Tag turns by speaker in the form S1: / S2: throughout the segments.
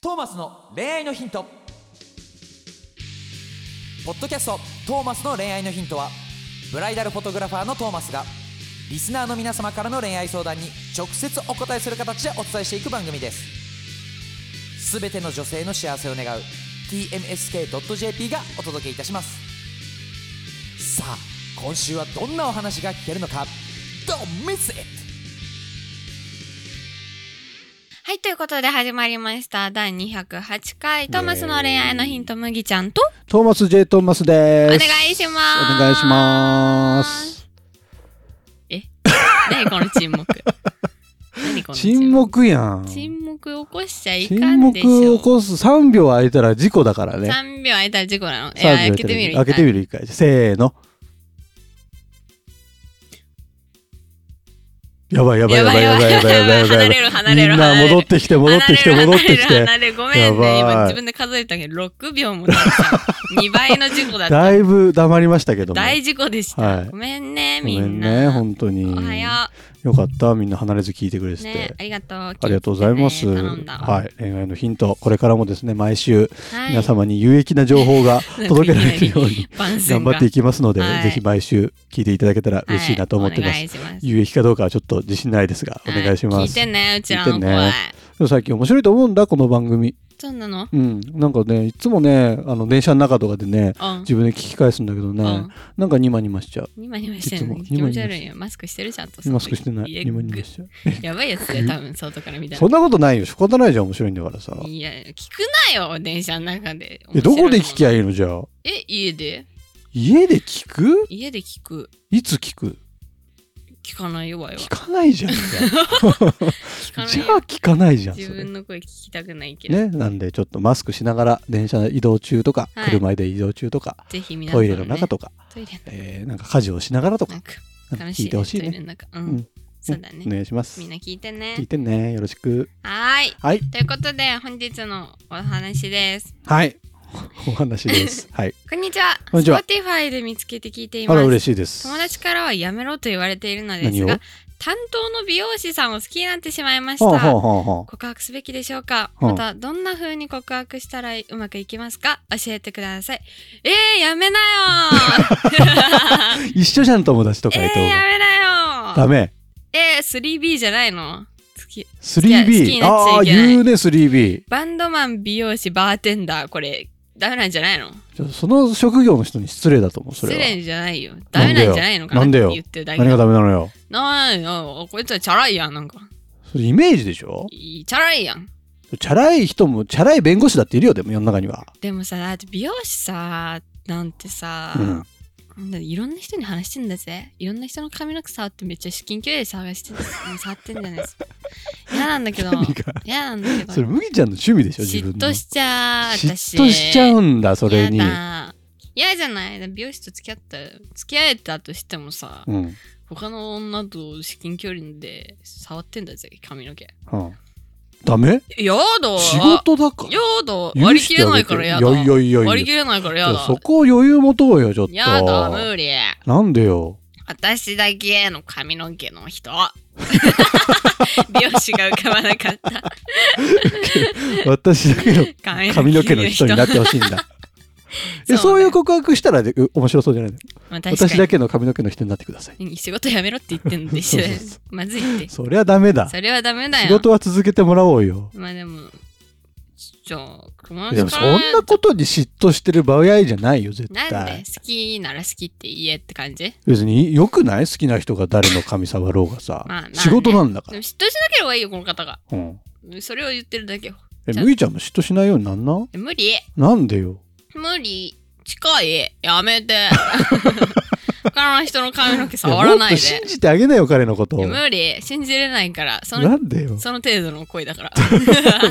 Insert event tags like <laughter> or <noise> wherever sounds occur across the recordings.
S1: トーマスの恋愛のヒントポッドキャスト「トーマスの恋愛のヒントは」ブライダルフォトグラファーのトーマスがリスナーの皆様からの恋愛相談に直接お答えする形でお伝えしていく番組ですすべての女性の幸せを願う TMSK.jp がお届けいたしますさあ今週はどんなお話が聞けるのか Don't miss it!
S2: はい、ということで始まりました。第208回、トーマスの恋愛のヒント、麦ちゃんと、
S3: トーマス J トーマス
S2: お願
S3: で
S2: い
S3: す。
S2: します。
S3: お願いします。
S2: え何この沈黙。何この
S3: 沈黙やん。
S2: 沈黙起こしちゃいか
S3: 沈
S2: ん
S3: 黙
S2: でしょ。
S3: 起こす3秒空いたら事故だからね。
S2: 3秒空いたら事故なの。い
S3: 3秒
S2: や、開けてみる。
S3: 開けて
S2: る。
S3: みる一回。せーの。やばいやばいやばいやばいやばいやばいやばい
S2: 離
S3: やばい
S2: れ。る、離れ
S3: み
S2: る、
S3: ん
S2: 離
S3: な
S2: れる。
S3: 戻ってきて戻ってきて戻っ
S2: 離れ
S3: てき
S2: る
S3: て。
S2: 離れるごめんね。
S3: やばい
S2: 今自分で数えたけど、6秒も経った。2倍の事故だった。
S3: だいぶ黙りましたけども。
S2: 大事故でし
S3: は
S2: た。
S3: い
S2: ごめんね、
S3: ご
S2: み
S3: めん
S2: ん
S3: ね、
S2: な。
S3: 本当に。
S2: おはよう。
S3: よかった。みんな離れず聞いてくれてて。
S2: ね、ありがとう。
S3: ありがとうございます。
S2: 聞てね頼んだわ
S3: はい、恋愛のヒント、これからもですね、毎週
S2: はい
S3: 皆様に有益な情報
S2: <laughs>
S3: が届けられるように
S2: 番宣
S3: 頑
S2: が
S3: 張っていきますので、
S2: はい
S3: ぜひ毎週聞いていただけたら嬉しいなと思ってます。
S2: はいお願いします。
S3: 有益かどうかはちょっと自信ないですが、お願いし
S2: は
S3: ま
S2: 聞い
S3: す。
S2: てね、うちらの
S3: 聞
S2: 声
S3: いて。ねでも最近面白いと思うんだ、この番組。
S2: そうなの
S3: うん。なんかね、いつもね、あの、電車の中とかでね、
S2: うん。
S3: 自分で聞き返すんだけどね、
S2: うん
S3: なんかニマニマしちゃう。
S2: ニマニマして
S3: いつ
S2: る
S3: も
S2: の気持ち悪いよ。マスクしてるちゃんと。
S3: マスクしてない。
S2: や
S3: ニマニマしちゃう。
S2: <laughs> やばいやつだよ、多分、外から見たら。
S3: そんなことないよ。仕方ないじゃん、面白いんだからさ。
S2: いや、聞くなよ、電車の中で。
S3: え、どこで聞き
S2: ゃ
S3: ゃいいのじゃあ。
S2: え、家で
S3: 家で聞く
S2: 家で聞く。
S3: いつ聞く
S2: 聞かないよ、わよ。
S3: 聞かな
S2: <laughs>
S3: いじゃん。じ
S2: 聞
S3: ゃ
S2: か
S3: あ
S2: ない
S3: じ
S2: よ
S3: ゃあ。聞かないじゃん。そ
S2: 自
S3: れ
S2: 分の声聞きたくないけど。
S3: ね、なんでちょっとマスクしながら電車移動中とか、
S2: はい
S3: 車で移動中とか、
S2: ぜひ皆さん
S3: ト
S2: も
S3: イ
S2: ね。
S3: レの中とか、
S2: トイレの
S3: えーなんか家事をしながらとか、
S2: なんか
S3: なんか
S2: 楽
S3: 聞
S2: しい
S3: いてほしい
S2: ねトイレ
S3: ね。
S2: の中。う
S3: うんん。
S2: そうだね
S3: お。願いします
S2: みん。な聞いてね
S3: 聞い。てね。よろしく。
S2: はーい。
S3: はい。
S2: ということで、本日のお話です。
S3: はい。 <laughs> お
S2: <laughs>
S3: 話です。はい。
S2: こんにちは。
S3: こんにちは
S2: Spotify で見つけて聞いてい
S3: あ
S2: ます。
S3: ら、嬉しいです。
S2: 友達からはやめろと言われているのです
S3: 何
S2: が
S3: を、
S2: 担当の美容師さんを好きになってしまいまし
S3: はあ、はあ
S2: た。
S3: はあは
S2: 告白すべきでしょうか
S3: うん
S2: また、どんな風に告白したらうまくいきますか教えてください。えー、やめなよ
S3: <laughs> あ、一緒じゃん、友達と
S2: えー、
S3: 回
S2: や
S3: 答が。
S2: めな
S3: ダ
S2: よ
S3: メ。
S2: えー、3B じゃないの好き。好き
S3: 3B。
S2: になっち
S3: あ
S2: ゃ
S3: あ
S2: い
S3: ー、
S2: けない
S3: 言うね、3B。
S2: バンドマン、美容師、バーテンダー、これ、ダメなんじゃないの
S3: ちょその職業の人に失礼だと思う、そ
S2: 失
S3: れは。
S2: 礼じゃないよ。ダメなんじゃないのかな
S3: なんでよ
S2: って言ってるだけ
S3: 何がダメなのよ。
S2: ないよ。こいつはチャラいやん、なんか。
S3: それイメージでしょ
S2: いいチャラいやん。
S3: チャラい人も、チャラい弁護士だっているよ、でも世の中には。
S2: でもさ、だって美容師さ、なんてさ、
S3: うん
S2: だっていろんな人に話してんだぜ。いろんな人の髪の毛触ってめっちゃ至近距離で探して、触ってんじゃないですか。嫌なんだけど、
S3: 何が。
S2: 嫌なんだけ
S3: <laughs> それ、
S2: ど、
S3: 麦ちゃんの趣味でしょ、自
S2: 嫉
S3: 分の。
S2: 妬しちゃう、私。
S3: 嫉妬しちゃうんだ、それに
S2: や。だ嫌じゃない美容師と付き合った付き合えたとしてもさ、
S3: うん。うん
S2: 他の女と至近距離で触ってんだぜ髪の毛
S3: ダメ
S2: やだ
S3: 仕事だから
S2: やだ割り切れないからやだ
S3: 許してあげていやいやいや
S2: 割り
S3: いや
S2: 切れないからやだ
S3: そこを余裕持とうよ、ちょっと。
S2: やだ無理
S3: なんでよ。
S2: 私だけの髪の毛の
S3: <laughs>
S2: 人美容師が浮かばなかった
S3: 私
S2: <laughs>
S3: だけの
S2: 髪
S3: 髪の毛の人になってほしいんだ。
S2: <laughs> そう
S3: え
S2: ね
S3: そういう告白したらでう面白そうじゃないの
S2: まあ確かに
S3: 私
S2: <laughs>
S3: だけの髪の毛の人になってください。
S2: 仕事やめろって言ってんので一緒だよ
S3: そうそうそ <laughs>
S2: まずいって
S3: そりゃダメだ。
S2: それはダメだよ
S3: 仕事は続けてもらおうよ。
S2: まあでも、じゃあ、友達
S3: でもそ
S2: か
S3: ん
S2: ら
S3: なことに嫉妬してる場合じゃないよ、絶
S2: なんで
S3: 対。
S2: 好きなら好きって言えって感じで。
S3: 別に良くない好きな人が誰の神触ろうがさ
S2: まあまあね
S3: 仕事なんだか
S2: も嫉妬
S3: ら。
S2: しなければいいよ、この方が。
S3: うん。
S2: それを言ってるだけよ。
S3: え、
S2: じゃあ
S3: むいちゃんも嫉妬しないようになんな
S2: 無理
S3: なんでよ。
S2: 無理近いやめ
S3: <laughs>
S2: て。他の人の髪の毛
S3: いや
S2: 触らない
S3: もっと信
S2: で。
S3: じてあげなよ、彼のこと
S2: い
S3: を。
S2: や
S3: な
S2: 無理信じれないから、その、
S3: んでよ。
S2: その程度の恋だ
S3: <laughs>
S2: から。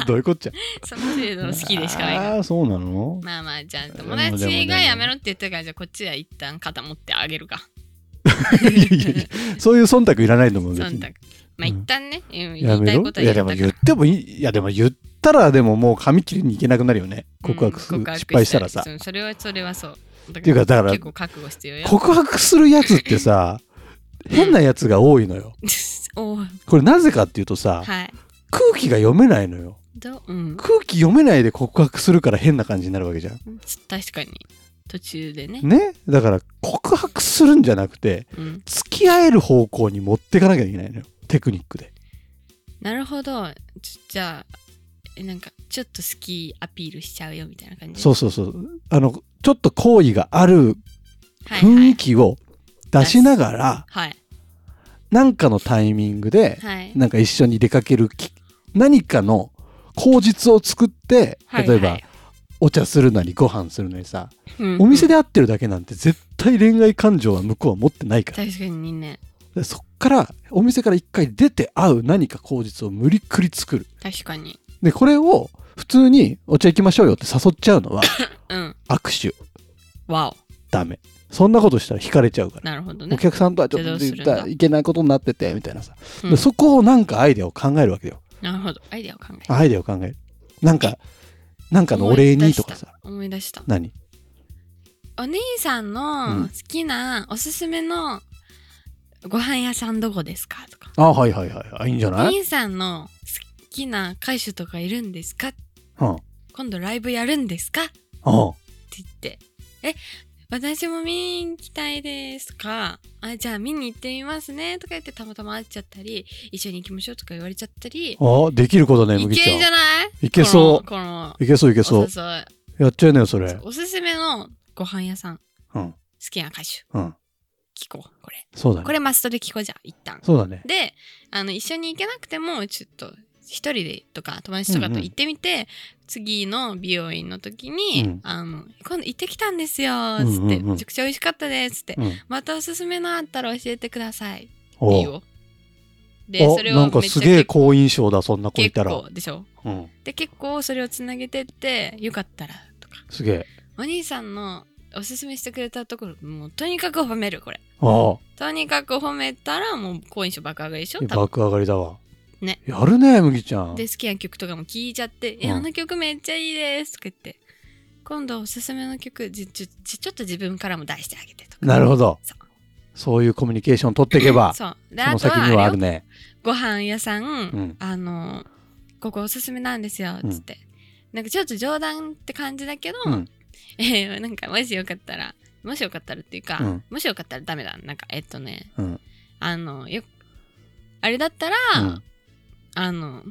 S3: どういうこっちゃ。
S2: その程度の <laughs> 好きでしかないから。
S3: ああ、そうなの
S2: まあまあ、じゃあ、
S3: でも
S2: 友達
S3: でも
S2: がやめろって言ったから、じゃあこっちは一旦肩持ってあげるか。
S3: いやいやいやそういう忖度いらないと思う。別
S2: 忖
S3: に
S2: 度。まあ一旦ね、うん
S3: や
S2: 言いた
S3: め
S2: い
S3: ろ
S2: こと
S3: い
S2: は言ったか
S3: やでも
S2: ら
S3: 言ってもいい。いやでも言ったらでももう髪切りに行けなくなるよね。告白す
S2: う
S3: る
S2: ん告白
S3: 失敗したらさ。
S2: そうそれはそれはそう。って
S3: いうかだから
S2: 結構覚悟必要よ。
S3: 告白するやつってさ、変な
S2: <laughs>
S3: やつが多いのよ。
S2: おう
S3: これなぜかっていうとさ、
S2: はい。
S3: 空気が読めないのよ。
S2: どううん
S3: 空気読めないで告白するから変な感じになるわけじゃん。
S2: 確かに途中でね
S3: ねだから告白するんじゃなくて
S2: うん
S3: 付き合える方向に持ってかなきゃいけないのよテクニックで。
S2: なるほどちょじゃあえなんかちょっと好きアピールしちゃうよみたいな感じ
S3: そううそうそうあのちょっと好意がある
S2: はいは
S3: 雰囲
S2: い
S3: 気を出しながら、
S2: はい
S3: なんかのタイミングで、
S2: はい
S3: なんか一緒に出かけるき何かの口実を作って
S2: はい
S3: 例えば、
S2: はい
S3: お茶するなりご飯するなりさ、
S2: うん
S3: お店で会ってるだけなんて絶対恋愛感情は向こうは持ってないから
S2: 確かにね
S3: でそっからお店から一回出て会う何か口実を無理くり作る
S2: 確かに
S3: でこれを普通にお茶行きましょうよって誘っちゃう
S2: <laughs>
S3: のは
S2: うん
S3: 握手
S2: わ
S3: ダメそんなことしたら惹かれちゃうか
S2: おなるほど
S3: らお
S2: ね、
S3: 客さんとはちょっと
S2: じゃあどうするんだ
S3: 言ったいけないことになっててみたいなさ、
S2: う
S3: で
S2: ん、
S3: そこをなんかアイデアを考えるわけよ
S2: なるほどアイデアを考え
S3: アイデアを考えるなんかなんかのお礼にとかさ
S2: 思い出した
S3: 何
S2: お兄さん
S3: うん
S2: の好きなおすすめのご飯屋さんどこですかとか、
S3: あはいはいはいあいいんじゃ
S2: お
S3: ない、
S2: 兄さんの好きな歌手とかいるんですか
S3: うんうん、
S2: 今度ライブやるんですかって言ってえ私も見に行きたいですとかあじゃあ見に行ってみますねとか言ってたまたま会っちゃったり一緒に行きましょうとか言われちゃったり
S3: あできることね
S2: い
S3: 麦
S2: け
S3: ちゃ
S2: ん
S3: ん
S2: じゃない
S3: いけそう
S2: この
S3: いけそういけ
S2: この
S3: そ
S2: お
S3: う
S2: 誘い
S3: やっちゃうねよそれ
S2: おすすめのご飯屋さん好
S3: うん
S2: きな歌手
S3: うん
S2: 聞こうこれ
S3: そうだ
S2: こ
S3: ね
S2: れマストで聞こうじゃん一旦
S3: そうだね
S2: であの一緒に行けなくてもちょっと一人でとか友達とかと行ってみて、次の美容院の時に、
S3: うん
S2: あの今度行ってきたんですよつって、
S3: うんうんうん
S2: めちゃくちゃ美味しかったですって、
S3: うん
S2: またおすすめのあったら教えてくださいって
S3: お
S2: 言
S3: う
S2: おうで
S3: お
S2: それ
S3: な
S2: を
S3: ん
S2: め
S3: か
S2: っち
S3: す
S2: ゃ
S3: げえ
S2: 結
S3: 好印象だそんな子いたら、
S2: 構でしょ
S3: うん、
S2: で結構それをつなげてってよかったらとか
S3: すげえ
S2: お兄さんのおすすめしてくれたところもうとにかく褒めるこれ
S3: あ
S2: とにかく褒めたらもう好印象爆上がりでしょ
S3: あ
S2: 多分
S3: 爆上がりだわ
S2: ね
S3: やるね麦ちゃん
S2: で好きな曲とかも聴いちゃって「え
S3: うん
S2: あの曲めっちゃいいです」とか言って「今度おすすめの曲じちょちちょっと自分からも出してあげて」とか
S3: なるほど
S2: そう
S3: そういうコミュニケーション取っていけばそ
S2: そうであ
S3: の
S2: と
S3: 先
S2: はあ
S3: にはあ
S2: れ
S3: る
S2: よ
S3: ね
S2: ご飯屋さん、
S3: ん
S2: あのここおすすめなんですよ」つって、なんかちょっと冗談って感じだけど、
S3: うん
S2: <laughs> えーなんかもしよかったらもしよかったらっていうか、
S3: うん
S2: もしよかったらダメだなんかえっとね
S3: うん
S2: あのよあれだったら、
S3: うん
S2: あの、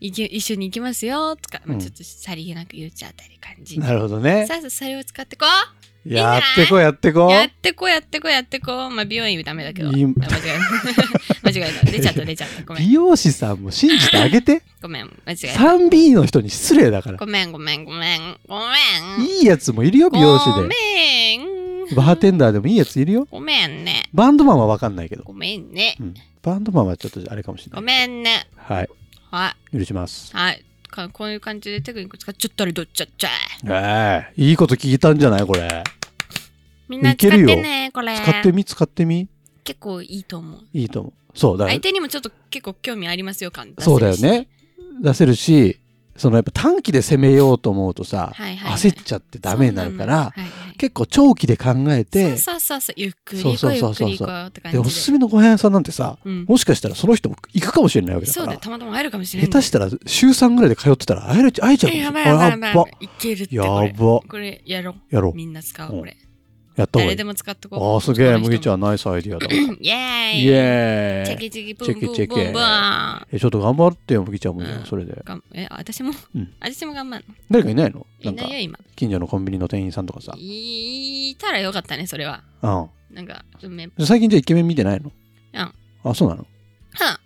S2: いけ一緒に行きますよとか、まあ
S3: うん
S2: ちょっとさりげなく言っちゃったり感じ。
S3: なるほどね
S2: さあ、それを使ってこういいんじゃな
S3: や
S2: い
S3: ってこうやってこう
S2: やってこうやってこうやってこうまあ、美容院ダメだけど。
S3: いい
S2: あ間違えた。 <laughs> 間違えた。出ちゃ
S3: <laughs>
S2: った出ちゃった。ごめん。
S3: 美容師さんも信じてあげて
S2: <laughs> ごめん。間違えた。
S3: 3B の人に失礼だから
S2: ごめんごめんごめん。ごめん。
S3: いいやつもいるよ美容師
S2: ご
S3: で
S2: めん。
S3: バーテンダーでもいいやついるよ
S2: ごめんね。
S3: バンドマンは分かんないけど、
S2: ごめんね
S3: う。
S2: <laughs>
S3: ん、バンドマンはちょっとあれかもしれ
S2: ご
S3: ない
S2: めんね。
S3: はい
S2: は
S3: 許します
S2: い。はい。かこういう感じでテクニック使っちゃったりどっちゃっちゃい。
S3: ええいいこと聞いたんじゃないこれ
S2: みんない使
S3: け
S2: っ
S3: るよ
S2: てね、これ。
S3: 使ってみ使ってみ
S2: 結構いいと思う。
S3: いいと思うそうだ
S2: 相手にもちょっと結構興味ありますよ感
S3: そうだよ。
S2: 出せるし
S3: ね出せるしそのやっぱ短期で攻めようと思うとさ、
S2: はいはいはい
S3: 焦っちゃってダメになるから、
S2: そうなのはいはい
S3: 結構長期で考えて
S2: そうそうそうそうゆっくり
S3: そ
S2: 行
S3: う
S2: こ
S3: そうう
S2: ゆ
S3: そ
S2: っくり行
S3: うそう
S2: こうって感じ
S3: で
S2: で。
S3: おすすめのご飯屋さんなんてさ
S2: うん
S3: もしかしたらその人も行くかもしれないわけだ
S2: そ
S3: か
S2: うだ
S3: ら
S2: よたまたま会えるかもしれな
S3: 下
S2: い。
S3: 手したら週3ぐらいで通ってたら会える会えちゃう
S2: えや
S3: かも
S2: ばい
S3: しれ
S2: やば
S3: ない
S2: や
S3: い
S2: ばいや
S3: あやば
S2: ばい。いけるって
S3: や
S2: これ。
S3: ば
S2: これやろ
S3: やろ
S2: う。みんな使
S3: う
S2: おう
S3: ん
S2: これ。
S3: うやった方が
S2: 誰
S3: いい
S2: でも使ってこう。
S3: ああすげえ麦ち
S2: ゃん。
S3: ゃんナイスアイディアだわ
S2: イエーイ
S3: イエ
S2: チェ
S3: ーイ
S2: キチェキブ
S3: チ
S2: ン
S3: ェ
S2: ブン
S3: キチェキ
S2: ブンブン。が
S3: えちょっと頑張ってよ麦ちゃんもじゃあ
S2: うん
S3: それで
S2: んえ私も
S3: うん
S2: 私も頑張るの。
S3: 誰かいないのないん
S2: な
S3: か
S2: いよ今。
S3: 近所のコンビニの店員さんとかさ
S2: いたらよかったねそれは。
S3: うん
S2: なんか運命。
S3: 最近じゃあイケメン見てないのあそうなの
S2: はん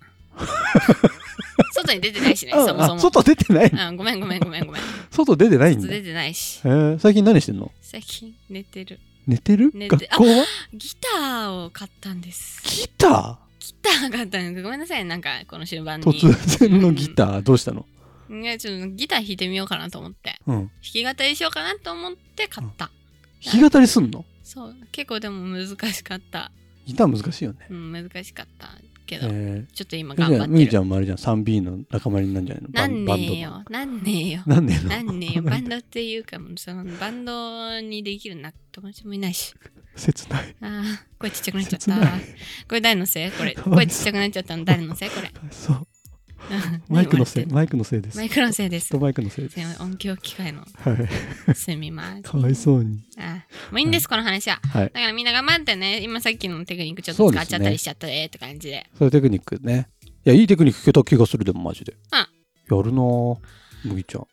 S2: 外に出てないしね、そもそ
S3: あ
S2: も。
S3: 外出てない
S2: うん、ごめんごめんごめんごめん。
S3: 外出てないん
S2: 外
S3: だ
S2: 出てないし。
S3: えー最近何してんの
S2: 最近寝てる。
S3: 寝てる
S2: 寝
S3: 学
S2: て
S3: 校は
S2: ギターを買ったんです。ギ
S3: ギタ
S2: ター買ったんです。ごめんなさい、なんかこの終盤
S3: ー
S2: に。
S3: 突然のギターどうしたの
S2: うん。いやちょっとギター弾いてみようかなと思って。
S3: うん
S2: 弾き語りしようかなと思って買った。
S3: 弾き語りすんの
S2: そう、結構でも難しかった。
S3: ギター難しいよね
S2: うん、難しかったけ
S3: え
S2: ど、
S3: ー
S2: ちょっと今
S3: じゃ
S2: 頑張
S3: あ
S2: っ
S3: み
S2: て
S3: ーち
S2: る。
S3: ゃんもあれじゃん 3B の仲間になんじゃないのバ
S2: な
S3: ン
S2: ん
S3: バ
S2: ね
S3: ンド
S2: えよ、なんねえよ。
S3: なんねえの
S2: なんねえよ、バンドっていうか、もうそのバンドにできるな友達もいないし。
S3: <laughs> 切ない
S2: ああ、声
S3: <laughs>
S2: ちっちゃくなっちゃっ
S3: 切
S2: た
S3: ない。 <laughs>
S2: これ誰のせいこれ。声ちっちゃくなっちゃったの誰のせいこれ。
S3: そう <laughs> マイクのせい、マイクのせいで
S2: <laughs>
S3: す。
S2: マイクのせいです
S3: きっとマイクのせいです
S2: すい。ません音響機械の
S3: はい。
S2: すみま
S3: <laughs>
S2: せん
S3: かわいそうに。
S2: あもういいんです、この話は
S3: はい。
S2: だからみんな頑張ってね今さっきのテクニックちょっと使っちゃったりしちゃったりって感じで
S3: そういうテクニックね。いや、いいテクニック聞けた気がするでもマジで。やるなぁ、麦ちゃん。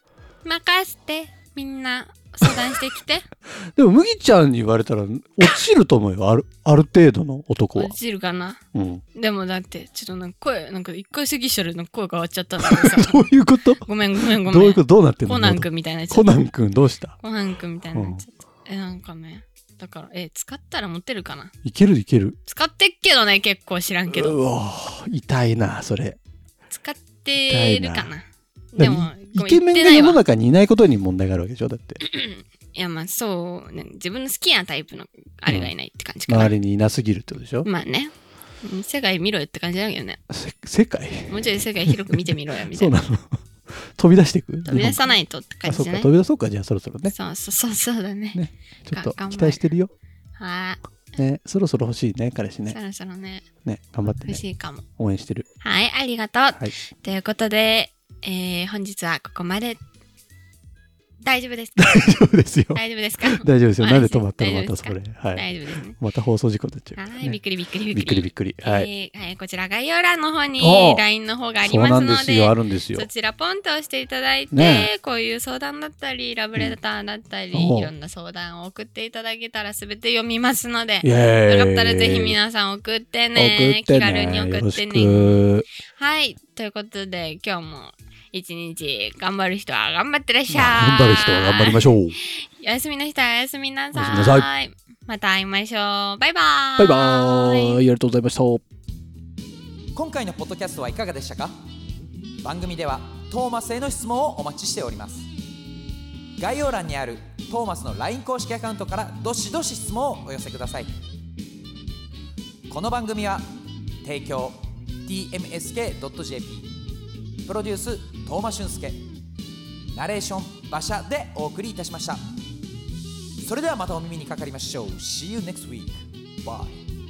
S2: 任せてみんな相談してき
S3: <laughs>
S2: て
S3: でも麦ちゃんに言われたら落ちると思うよ。ある、ある程度の男は
S2: 落。ちるかな
S3: うん。
S2: でもだってちょっとなんか声なんか一回咳したらなんか声変わっちゃったんだけど
S3: <laughs>
S2: さ
S3: どういうこと
S2: ごめんごめんごめん
S3: どういうことどうなってんの
S2: コナン君みたいになっちゃ
S3: コ
S2: った
S3: ナン君どうした
S2: コナン君みたいになっちゃった、えなんかねだからえ使ったらモテるかない
S3: けるいける。
S2: 使ってっけどね結構知らんけど
S3: うわぁ痛いなぁそれ。
S2: 使ってるかな
S3: 痛
S2: で
S3: いな
S2: も
S3: イ
S2: ごめん
S3: ケメンが世
S2: 言って
S3: の
S2: ないわ
S3: 中にいないことに問題があるわけでしょだって。
S2: いやまあそう、ね、自分の好きなタイプのあれがいないって感じかな、
S3: 周りにいなすぎるってことでしょ
S2: まあねうん世界見ろよって感じだけどね
S3: せ世界
S2: もうちょい世界広く見てみろよみた
S3: <laughs> そ
S2: いうな
S3: なの飛び出していく
S2: 飛び出さ
S3: い
S2: ないとって感
S3: あ、
S2: じ
S3: そう
S2: じ
S3: か
S2: ゃない
S3: 飛び出そうかじゃあそろそろね
S2: そうそうそうそうだね
S3: ねちょっと
S2: 頑張る
S3: 期待してるよ
S2: は
S3: ねそろそろ欲しいね彼氏
S2: い、
S3: ね
S2: そろそろね
S3: ね頑張って
S2: 欲
S3: ね
S2: しいかも
S3: 応援してる
S2: はいありがとう、
S3: はい
S2: ということで、えー本日はここまで大丈夫ですか
S3: <laughs> 大丈夫ですよ
S2: 大丈夫
S3: <laughs>
S2: ですか
S3: 大丈夫ですよ
S2: あれ
S3: なんで止まったのま
S2: 大丈夫
S3: た
S2: です
S3: そ
S2: か
S3: れはい
S2: 大丈夫ですね
S3: また放送事故になっちゃうから
S2: はい、びっ
S3: ね
S2: くりびっくり
S3: びっくりびっくりはい
S2: えーはい、こちら概要欄の方に
S3: おう
S2: LINE の方があり
S3: そう
S2: ます
S3: な
S2: の
S3: ん
S2: で
S3: ですよあるんですよ
S2: そちらポンと押していただいて、
S3: ね
S2: こういう相談だったりラブレターだったり、
S3: うん
S2: いろんな相談を送っていただけたら全て読みますので
S3: イエーイ
S2: よかったらぜひ皆さん送ってね
S3: 送ってね
S2: 気軽に
S3: よ
S2: 送
S3: ろ
S2: っ
S3: してく
S2: ねはいということで今日も一日頑張る人は頑張ってらっしゃい
S3: 頑張る人は頑張りましょう
S2: おやすみの人はおやすみなさい
S3: おやすみなさ
S2: また会いましょうバイバー
S3: バイバーイありがとうございました
S1: 今回のポッドキャストはいかがでしたか番組ではトーマスへの質問をお待ちしております概要欄にあるトーマスの LINE 公式アカウントからどしどし質問をお寄せくださいこの番組は提供 tmsk.jp プロデューストーマ俊介ナレーション馬車でお送りいたしましたそれではまたお耳にかかりましょう See you next week Bye